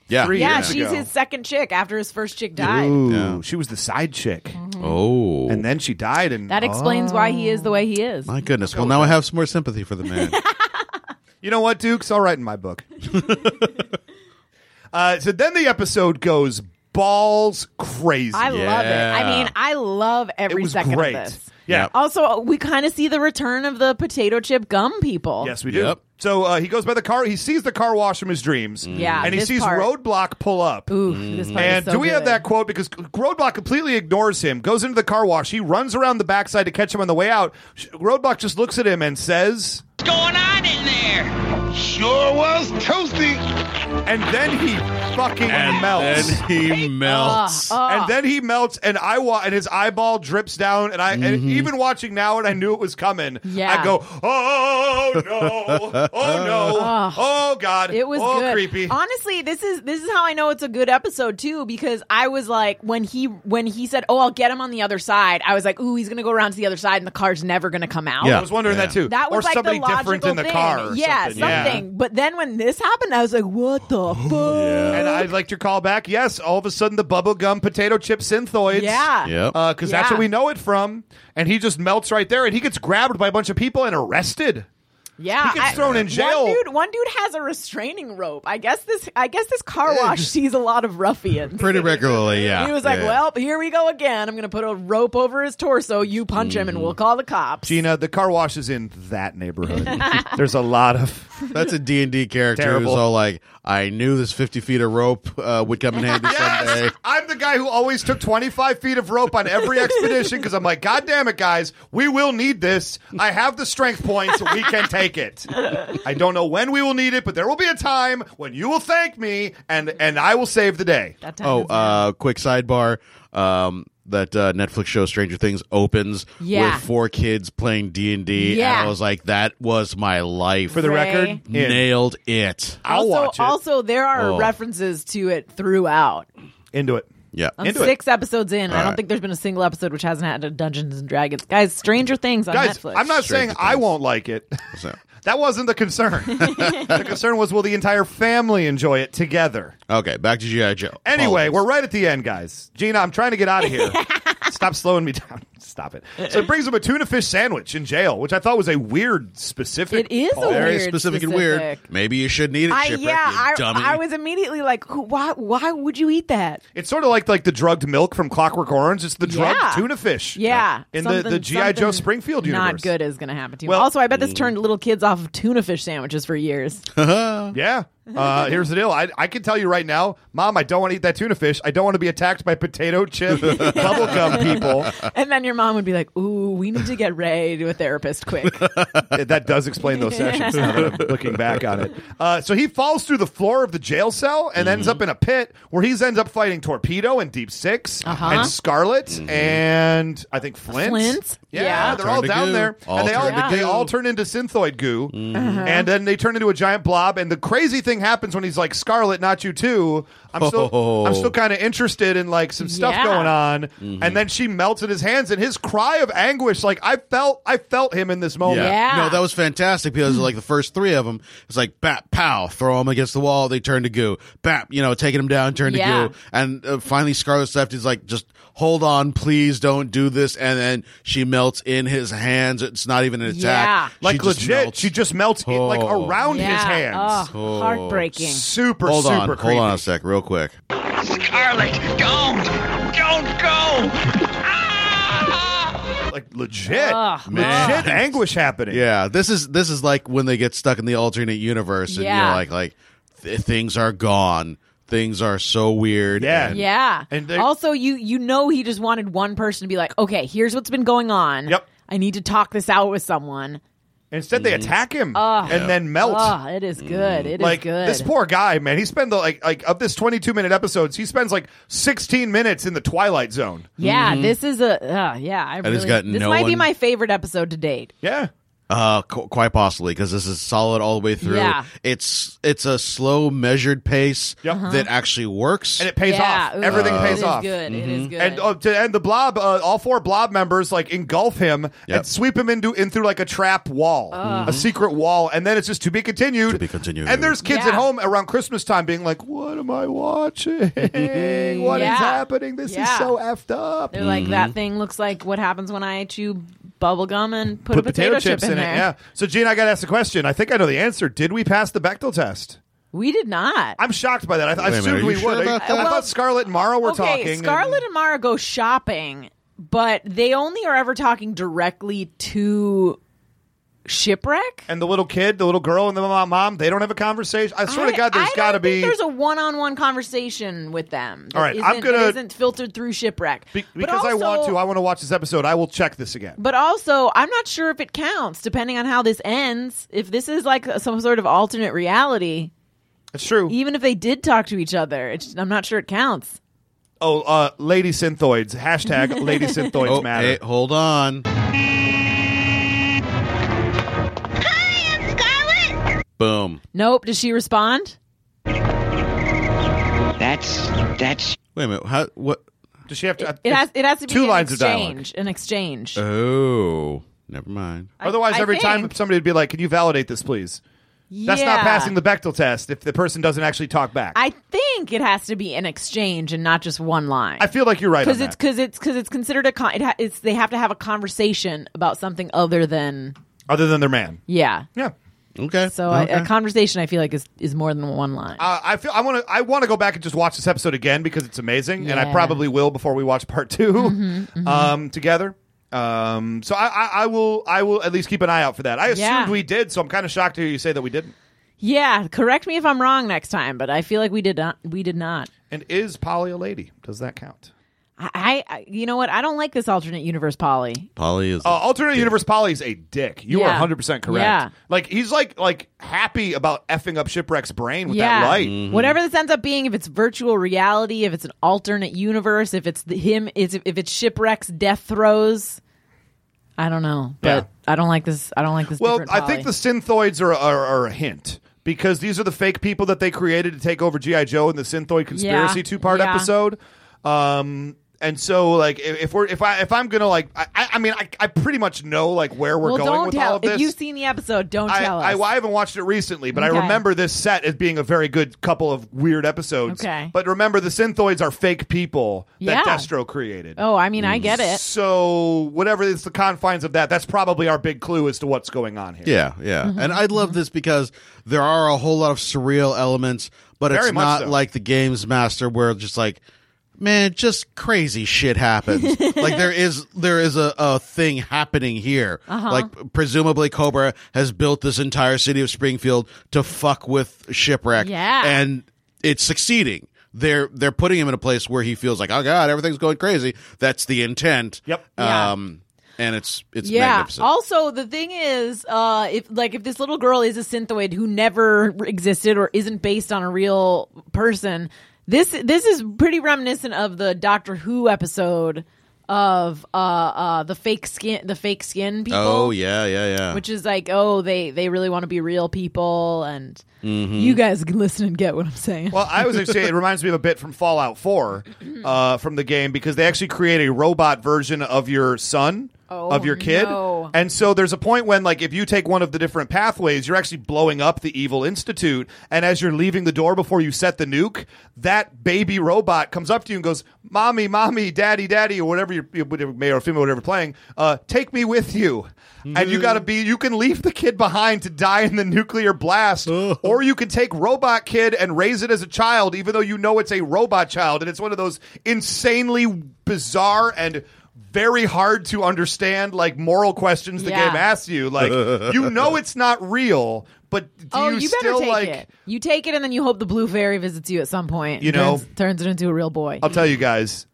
S5: Yeah.
S4: Three
S6: yeah.
S4: years
S6: She's
S4: ago.
S6: his second chick after his first chick died. Mm-hmm.
S4: Ooh,
S5: Yeah.
S4: she was the side chick,
S5: Oh,
S4: and then she died. And
S6: That explains why he is the way he is.
S5: my goodness. Well, now I have some more sympathy for the man.
S4: You know what, Duke's all right in my book. uh, so then the episode goes balls crazy.
S6: I love it. I
S5: Yeah.
S6: mean, I love
S4: it
S6: every
S4: was
S6: second
S4: great.
S6: of this.
S4: Yeah.
S6: Also, we kind of see the return of the potato chip gum people.
S4: Yes, we do.
S5: Yep. Mm.
S4: So uh, he goes by the car. He sees the car wash from his dreams.
S6: Yeah,
S4: and he
S6: this
S4: sees
S6: part.
S4: Roadblock pull up.
S6: Ooh, this part is
S4: And
S6: so
S4: do we have
S6: good.
S4: that quote? Because Roadblock completely ignores him, goes into the car wash. He runs around the backside to catch him on the way out. Sh- Roadblock just looks at him and says,
S8: What's going on in there?
S2: Sure was toasty.
S4: and then he fucking melts.
S5: And
S6: Oh,
S5: he melts.
S6: Ah.
S4: and then he melts, and I wa- and his eyeball drips down, and I and even watching now, and I knew it was coming.
S6: Mm-hmm. Yeah.
S4: I go, oh no, oh no, oh god,
S6: Ah. It was
S4: oh
S6: good.
S4: creepy.
S6: Honestly, this is this is how I know it's a good episode too because I was like when he when he said, "Oh, I'll get him on the other side." I was like, "Ooh, he's going to go around to the other side and the car's never going to come out."
S4: I was wondering that too.
S6: That was
S4: or
S6: like
S4: somebody
S6: the logical
S4: different in the
S6: thing.
S4: car. Or
S6: yeah,
S4: something. Yeah.
S6: But then when this happened, I was like, "What the fuck?"
S4: And
S6: Oh, yeah.
S4: I liked your call back. Yes, all of a sudden the bubblegum potato chip synthoids.
S6: Yeah.
S5: Yep.
S4: Because that's
S6: Yeah.
S4: what we know it from. And he just melts right there and he gets grabbed by a bunch of people and arrested. He gets
S6: I-
S4: thrown in jail.
S6: One dude, one dude has a restraining rope. I guess this I guess this car wash sees a lot of ruffians.
S5: Pretty regularly, yeah.
S6: He was like,
S5: Yeah.
S6: "Well, here we go again. I'm going to put a rope over his torso. You punch him, and we'll call the cops."
S4: Gina, the car wash is in that neighborhood. There's a lot of.
S5: That's a D&D character
S4: Terrible.
S5: who's all like, I knew this 50 feet of rope uh, would come in handy someday.
S4: Yes! I'm the guy who always took 25 feet of rope on every expedition because I'm like, God damn it, guys. We will need this. I have the strength points. We can take it. I don't know when we will need it, but there will be a time when you will thank me and, and I will save the day.
S6: That time
S5: Oh,
S6: is now.
S5: uh, quick sidebar. Um, that uh, Netflix show Stranger Things opens
S6: Yeah.
S5: with four kids playing D and D, and
S6: Yeah.
S5: I was like, "That was my life."
S4: For the
S6: Ray.
S4: record, in.
S5: nailed it.
S4: I'll
S6: also,
S4: watch it.
S6: also, there are
S5: Oh.
S6: references to it throughout.
S4: Into it.
S5: Yeah,
S6: I'm
S4: Into it.
S6: six episodes in. I don't
S5: right.
S6: think there's been a single episode which hasn't had a Dungeons and Dragons. Guys, Stranger Things on
S4: Guys,
S6: Netflix.
S4: I'm not
S5: Stranger
S4: saying I
S5: Things.
S4: won't like it.
S5: So-
S4: that wasn't the concern. the concern was will the entire family enjoy it together?
S5: okay, back to GI Joe.
S4: Anyway,
S5: Apologies.
S4: we're right at the end, guys. Gina, I'm trying to get out of here. Stop slowing me down. Stop it. So it brings him a tuna fish sandwich in jail, which I thought was a weird specific.
S6: It is a
S4: call.
S6: weird-
S5: very specific, and weird.
S6: specific.
S5: Maybe you shouldn't eat it,
S6: I,
S5: Shipwreck,
S6: yeah,
S5: you
S6: I,
S5: dummy.
S6: I was immediately like, "Who- why? Why would you eat that?
S4: It's sort of like like the drugged milk from Clockwork Orange. It's the drugged
S6: Yeah.
S4: tuna fish.
S6: Yeah,
S4: In the, the
S6: something-
S4: GI Joe
S6: something
S4: Springfield universe.
S6: Not good is going to happen to you.
S4: Well- mm.
S6: also, I bet this turned little kids off of tuna fish sandwiches for years.
S4: Yeah. Uh, here's the deal. I, I can tell you right now, Mom, I don't want to eat that tuna fish. I don't want to be attacked by potato chip bubblegum people.
S6: and then your mom would be like, "Ooh, we need to get Ray to a therapist quick."
S4: That does explain those sessions now that I'm looking back on it. Uh, so he falls through the floor of the jail cell and
S5: Mm-hmm.
S4: ends up in a pit where he ends up fighting Torpedo and Deep 6
S6: Uh-huh.
S4: and Scarlet and I think Flint.
S6: Flint?
S4: Yeah, they're
S6: Yeah.
S5: Mm-hmm. Turn
S4: all
S5: to Mm-hmm.
S4: down
S5: goo.
S4: there.
S5: All
S4: and they all,
S5: turn
S6: to
S4: they
S6: goo.
S4: all turn into synthoid goo. And then they turn into a giant blob. And the crazy thing happens when he's like, Scarlet, not you too. I'm still,
S5: Oh. Mm-hmm.
S4: I'm still kind of interested in like some stuff
S6: Yeah.
S4: going on. And then she melts in his hands and his cry of anguish. Like I felt, I felt him in this moment.
S6: Yeah. Hmm.
S5: No, that was fantastic because like the first three of them, it's like bat, pow, throw them against the wall, they turn to goo. Bap, you know, taking them down, turn to
S6: Yeah.
S5: goo. And uh, finally, Scarlet's left. He's like, just hold on, please don't do this. And then she melts in his hands. It's not even an attack.
S6: Yeah.
S5: She
S4: Like
S5: just
S4: legit,
S5: melts.
S4: she just melts in, like
S5: Oh.
S4: around
S6: yeah.
S4: his hands. Oh,
S6: Ugh, heartbreaking.
S4: Super,
S5: hold
S4: super
S5: on,
S4: creepy.
S5: hold on a sec, real quick.
S8: Scarlet, don't! Don't go! Ah!
S4: Like legit,
S6: Ugh.
S4: legit anguish happening.
S5: Yeah, this is this is like when they get stuck in the alternate universe, and
S6: Yeah.
S5: you're like, like th- things are gone, things are so weird.
S4: Yeah.
S5: and-
S6: Yeah.
S4: And they-
S6: also, you you know he just wanted one person to be like, okay, here's what's been going on.
S4: Yep.
S6: I need to talk this out with someone.
S4: Instead,
S5: Mm-hmm.
S4: they attack him and then melt. Mm.
S6: Oh, it is good. It is
S4: like
S6: good.
S4: this poor guy, man. He spent the like like of this twenty two minute episodes, he spends like sixteen minutes in the Twilight Zone.
S6: yeah,
S4: Mm-hmm.
S6: this is a uh, yeah. I
S5: just
S6: really,
S5: got
S6: this
S5: no
S6: might be
S5: one-
S6: my favorite episode to date.
S4: Yeah,
S5: Uh, qu- quite possibly because this is solid all the way through.
S6: Yeah.
S5: It's it's a slow, measured pace
S4: Yep. Uh-huh.
S5: that actually works.
S4: and it pays
S6: yeah,
S4: off.
S6: ooh,
S4: Everything
S5: Uh,
S6: it
S4: pays
S6: is
S4: off.
S6: Good. It is good.
S4: And uh, to end the blob, uh, all four blob members like engulf him
S5: Yep.
S4: and sweep him into in through like a trap wall, a secret wall, and then it's just to be continued.
S5: To be continued.
S4: And there's kids at
S6: Yeah.
S4: home around Christmas time being like, "What am I watching? What is
S6: Yeah.
S4: happening? This is
S6: Yeah.
S4: so effed up."
S6: They're like
S4: Mm-hmm.
S6: that thing looks like what happens when I chew bubble gum and put, a potato, chip in, there.
S4: it. Yeah. So, Gene, I got to ask the question. I think I know the answer. Did we pass the Bechtel test?
S6: We did not.
S4: I'm shocked by that. I, th- I
S5: Wait a minute,
S4: assumed
S5: are
S4: we
S5: you
S4: would.
S5: sure
S4: I,
S5: about
S4: I
S5: that?
S4: thought Scarlett and Mara were
S6: okay,
S4: talking.
S6: Scarlet
S4: and-
S6: and Mara go shopping, but they only are ever talking directly to shipwreck.
S4: And the little kid, the little girl, and the mom, mom they don't have a conversation. I swear to God,
S6: there's
S4: there's got to be.
S6: there's a one-on-one conversation with them. that
S4: All right, I'm
S6: isn't- that
S4: gonna-
S6: isn't filtered through shipwreck
S4: Be-
S6: But
S4: because I want
S6: also-
S4: to, I want to watch this episode. I will check this again.
S6: But also, I'm not sure if it counts depending on how this ends. If this is like some sort of alternate reality,
S4: That's true.
S6: even if they did talk to each other, it's, I'm not sure it counts.
S4: Oh, uh, lady synthoids. Hashtag lady synthoids
S5: Oh,
S4: matter.
S5: hey, hold on.
S7: Hi, I'm Scarlet.
S5: Boom.
S6: Nope. Does she respond?
S8: That's that's
S5: Wait a minute. How? What?
S4: Does she have to?
S6: It has. It has to be
S4: two
S6: an
S4: lines of dialogue. Uh,
S6: exchange, An exchange.
S5: Oh, never mind.
S4: Otherwise,
S6: I
S4: every time
S6: think.
S4: somebody would be like, "Can you validate this, please?" That's not
S6: Yeah.
S4: passing the Bechtel test if the person doesn't actually talk back.
S6: I think it has to be an exchange and not just one line.
S4: I feel like you're right on
S6: because it's
S4: that.
S6: because it's because it's considered a con- it ha- it's they have to have a conversation about something other than
S4: Other than their man.
S6: yeah.
S4: Yeah.
S5: Okay.
S6: So
S5: okay.
S6: I, a conversation I feel like is is more than one line.
S4: Uh, I feel I want to. I want to go back and just watch this episode again because it's amazing, and I
S6: Yeah. Mm-hmm,
S4: probably will before we watch part 2 um, together. Um, so I, I, I will. I will at least keep an eye out for that. I assumed
S6: Yeah.
S4: we did, so I'm kind of shocked to hear you say that we didn't.
S6: yeah, correct me if I'm wrong next time, but I feel like we did not we did not.
S4: And is Polly a lady? Does that count?
S6: I, I you know what? I don't like this alternate universe Polly.
S5: Polly is.
S4: Uh, alternate universe Polly's a dick. You
S6: Yeah.
S4: are 100% correct.
S6: Yeah.
S4: Like he's like like happy about effing up Shipwreck's brain with
S6: yeah, Mm.
S4: that light.
S6: whatever this ends up being, if it's virtual reality, if it's an alternate universe, if it's the, him, is if it's shipwrecks, death throes. I don't know, but I don't like this. I don't like this.
S4: Well,
S6: different
S4: I
S6: Polly.
S4: think the synthoids are, are are a hint because these are the fake people that they created to take over GI Joe in the synthoid conspiracy
S6: Yeah.
S4: two part
S6: Yeah.
S4: episode. Um and so, like, if if we're if I if I'm gonna like, I I I mean, I, I pretty much know like where we're
S6: well,
S4: going
S6: don't
S4: with
S6: tell.
S4: all of this.
S6: If you've seen the episode, don't
S4: I,
S6: tell us.
S4: I, I haven't watched it recently, but
S6: Okay.
S4: I remember this set as being a very good couple of weird episodes.
S6: Okay.
S4: But remember, the Synthoids are fake people that
S6: Yeah.
S4: Destro created.
S6: oh, I mean, I get
S4: Mm.
S6: it.
S4: So, whatever is the confines of that, that's probably our big clue as to what's going on here.
S5: Yeah, yeah.
S6: Mm-hmm.
S5: And I love this because there are a whole lot of surreal elements, but
S4: Very
S5: it's
S4: much
S5: not
S4: so.
S5: like the Games Master where it's just like man, just crazy shit happens. like there is there is a, a thing happening here.
S6: Uh-huh.
S5: Like presumably Cobra has built this entire city of Springfield to fuck with shipwreck.
S6: Yeah.
S5: And it's succeeding. They're they're putting him in a place where he feels like, oh god, everything's going crazy. That's the intent.
S4: Yep.
S6: Yeah.
S5: Um and it's it's
S6: Yeah.
S5: magnificent.
S6: Also, the thing is, uh, if like if this little girl is a synthoid who never existed or isn't based on a real person, this this is pretty reminiscent of the Doctor Who episode of uh, uh, the fake skin, the fake skin people.
S5: oh yeah, yeah, yeah.
S6: Which is like, oh, they they really want to be real people, and
S5: Mm-hmm.
S6: you guys can listen and get what I'm saying.
S4: Well, I was actually, it reminds me of a bit from Fallout 4 uh, from the game because they actually create a robot version of your son. of your kid.
S6: Oh, no.
S4: And so there's a point when like if you take one of the different pathways, you're actually blowing up the evil institute and as you're leaving the door before you set the nuke, that baby robot comes up to you and goes, "Mommy, mommy, daddy, daddy," or whatever you whatever male or female whatever playing, uh, "Take me with you." And you got to be you can leave the kid behind to die in the nuclear blast or you can take robot kid and raise it as a child even though you know it's a robot child and it's one of those insanely bizarre and very hard to understand like moral questions the
S6: Yeah.
S4: game asks you like you know it's not real but do
S6: oh,
S4: you,
S6: you, better
S4: still
S6: take
S4: like
S6: it. You take it, and then you hope the blue fairy visits you at some point.
S4: You
S6: and
S4: know-
S6: turns, turns it into a real boy.
S4: i'll tell you guys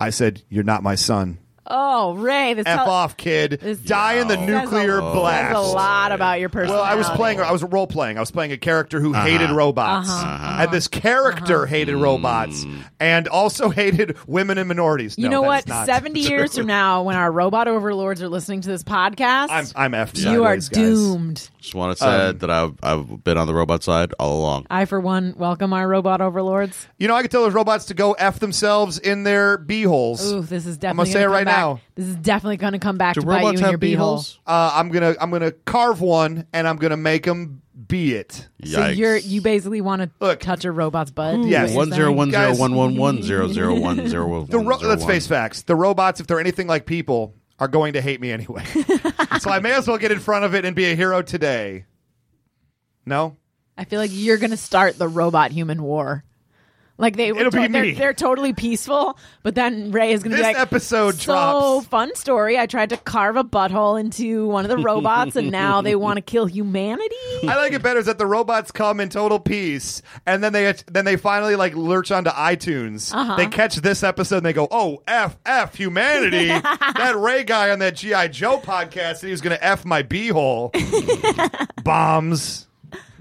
S4: i said you're not my son
S6: Oh, Ray, this
S4: f
S6: tell-
S4: off kid
S6: This-
S4: die in the
S6: Says a-
S4: nuclear blast
S6: Says a lot about your
S4: Well,
S6: personality.
S4: I was playing. I was role playing. I was playing a character who hated robots,
S6: Uh-huh.
S4: and this character hated robots, and also hated women and minorities.
S6: You
S4: No,
S6: know
S4: that
S6: what?
S4: is not-
S6: Seventy years from now, when our robot overlords are listening to this podcast,
S4: I'm I'm effed.
S6: you are
S4: sideways, guys.
S6: doomed.
S5: Just want to say
S4: Um,
S5: that I've I've been on the robot side all along.
S6: I, for one, welcome our robot overlords.
S4: You know, I could tell those robots to go f themselves in their beeholes.
S6: Ooh, this is definitely.
S4: I'm gonna say
S6: gonna
S4: it
S6: come
S4: right
S6: back.
S4: now.
S6: This is definitely going to come back
S5: Do
S6: to bite you
S5: robots
S6: in your
S5: have
S6: beehole.
S5: beetles?
S4: Uh, I'm gonna I'm gonna carve one, and I'm gonna make them be it.
S6: So you're you basically want to
S4: Look.
S6: touch a robot's butt?
S4: Yes.
S5: one zero one zero
S4: Guys.
S5: one one one zero zero one zero one.
S4: The ro- let's face facts. The robots, if they're anything like people, are going to hate me anyway. so I may as well get in front of it and be a hero today. No.
S6: I feel like you're going to start the robot human war. Like they, were
S4: It'll be
S6: to- they're,
S4: me.
S6: they're totally peaceful, but then Ray is going to be
S4: This
S6: like,
S4: episode
S6: so
S4: drops."
S6: fun story. I tried to carve a butthole into one of the robots, and now they want to kill humanity.
S4: I like it better is that the robots come in total peace, and then they then they finally like lurch onto iTunes.
S6: Uh-huh.
S4: They catch this episode and they go, "Oh, f f humanity!" that Ray guy on that GI Joe podcast said he was going to f my beehole. Bombs.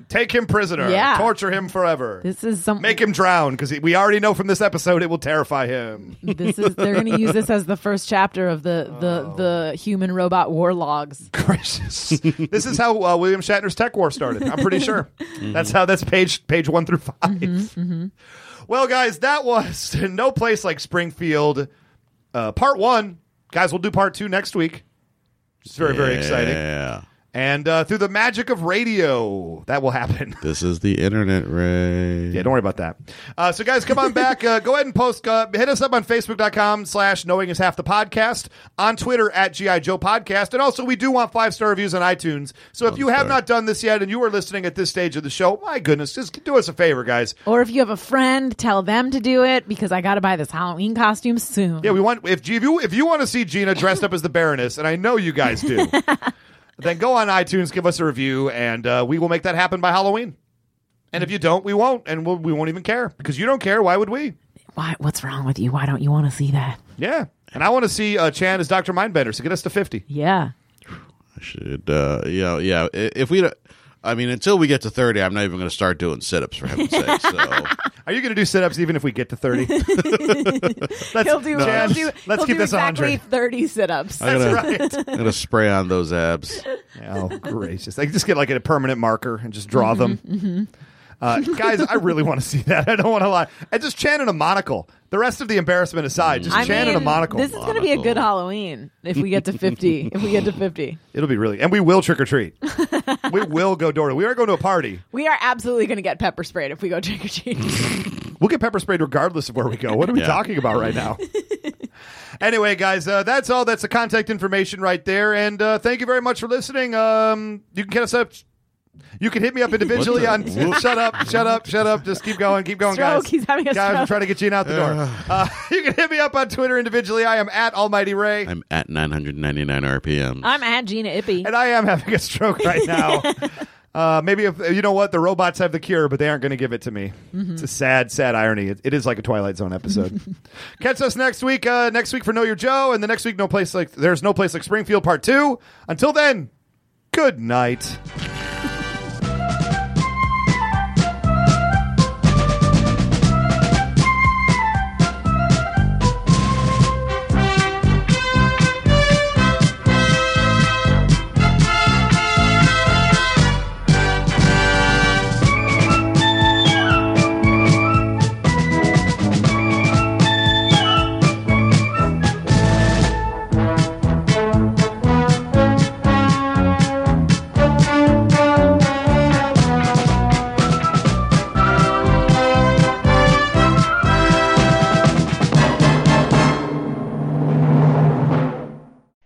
S4: Take him prisoner.
S6: Yeah.
S4: Torture him forever.
S6: This is some.
S4: Make him drown because we already know from this episode it will terrify him.
S6: This is they're going to use this as the first chapter of the the the human robot war logs.
S4: Gracious. this is how uh, William Shatner's tech war started. I'm pretty sure. That's how that's page page one through 5 Well, guys, that was no place like Springfield. Uh, part one, guys. We'll do part two next week. It's very very exciting.
S5: Yeah.
S4: And uh, through the magic of radio, that will happen.
S5: This is the internet, Ray.
S4: Yeah, don't worry about that. Uh, so, guys, come on back. Uh, go ahead and post. Uh, hit us up on Facebook.com slash Knowing is Half the Podcast. On Twitter at G.I. Joe Podcast. And also, we do want five-star reviews on iTunes. So if you have not done this yet and you are listening at this stage of the show, my goodness, just do us a favor, guys.
S6: Or if you have a friend, tell them to do it because I got to buy this Halloween costume soon.
S4: Yeah, we want if you if you want to see Gina dressed up as the Baroness, and I know you guys do, then go on iTunes, give us a review, and uh, we will make that happen by Halloween. And if you don't, we won't, and we'll, we won't even care because you don't care. Why would we?
S6: Why? What's wrong with you? Why don't you want to see that?
S4: Yeah. And I want to see uh, Chan as Dr. Mindbender, so get us to 50.
S6: Yeah.
S5: Should, uh, yeah, yeah. I- If we, don't- I mean, until we get to 30, I'm not even going to start doing sit ups for heaven's sake. So,
S4: Are you going to do sit ups even if we get to 30? Let's,
S6: He'll do.
S4: Chan,
S6: he'll do
S4: let's
S6: he'll
S4: keep
S6: do
S4: this
S6: exactly
S4: 100.
S6: thirty sit-ups.
S5: I'm gonna,
S4: Right.
S5: I'm gonna spray on those abs.
S4: Oh, gracious. They just get like a permanent marker and just draw them.
S6: Mm-hmm,
S4: Uh, guys, I really want to see that. I don't want to lie. And just Chan in a monocle. The rest of the embarrassment aside, just
S6: I
S4: Chan in a
S6: mean,
S4: monocle.
S6: This is going to be a good Halloween if we get to fifty. if we get to fifty,
S4: It'll be really. And we will trick or treat. we will go door to We are going to a party.
S6: we are absolutely going to get pepper sprayed if we go trick or treat.
S4: We'll get pepper sprayed regardless of where we go. What are we
S5: Yeah.
S4: talking about right now? anyway, guys, uh, that's all. That's the contact information right there. And uh, thank you very much for listening. Um, you can get us up. You can hit me up individually on. shut up! Shut up! Shut up! Just keep going. Keep going,
S6: Stroke,
S4: guys.
S6: he's having a
S4: guys, I'm
S6: stroke.
S4: trying to get you out the door. Uh, you can hit me up on Twitter individually. I am at Almighty Ray.
S5: I'm at 999 RPM.
S6: I'm at Gina Ippy.
S4: and I am having a stroke right now. Uh, maybe if you know what the robots have the cure, but they aren't going to give it to me. It's a sad, sad irony. It, it is like a Twilight Zone episode. Catch us next week. Uh, next week for Know Your Joe, and the next week, no place like there's no place like Springfield Part Two. Until then, good night.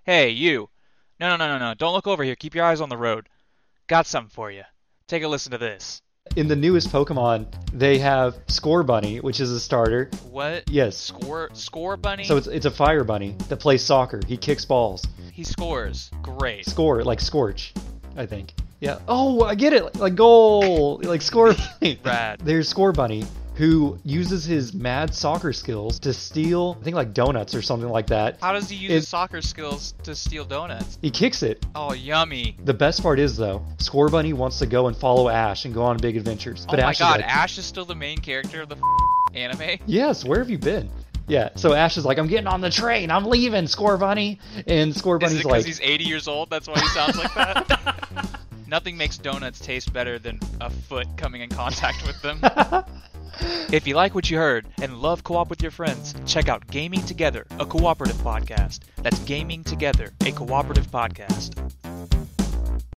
S10: Hey, you. No, no, no, no, no. Don't look over here. Keep your eyes on the road. Got something for you. Take a listen to this.
S8: In the newest Pokemon, they have Score Bunny, which is a starter.
S10: What?
S8: Yes.
S10: Score score bunny.
S8: So it's, it's a fire bunny that plays soccer. He kicks balls.
S10: he scores. Great.
S8: Score, like Scorch, I think. Yeah. Oh, I get it. Like goal. Like Score Bunny.
S10: Rad.
S8: There's Score Bunny, who uses his mad soccer skills to steal, I think, like donuts or something like that.
S10: How does he use
S8: It-
S10: his soccer skills to steal donuts?
S8: He kicks it.
S10: Oh, yummy.
S8: The best part is, though, Score Bunny wants to go and follow Ash and go on big adventures.
S10: oh my
S8: is
S10: god,
S8: like,
S10: Ash is still the main character of the anime?
S8: Yes, where have you been? Yeah, so Ash is like, I'm getting on the train, I'm leaving, Score Bunny. And Score
S10: Is it
S8: Bunny's
S10: because
S8: like,
S10: he's 80 years old? That's why he sounds like that? Nothing makes donuts taste better than a foot coming in contact with them. if you like what you heard and love co op with your friends, check out Gaming Together, a cooperative podcast. That's Gaming Together, a cooperative podcast.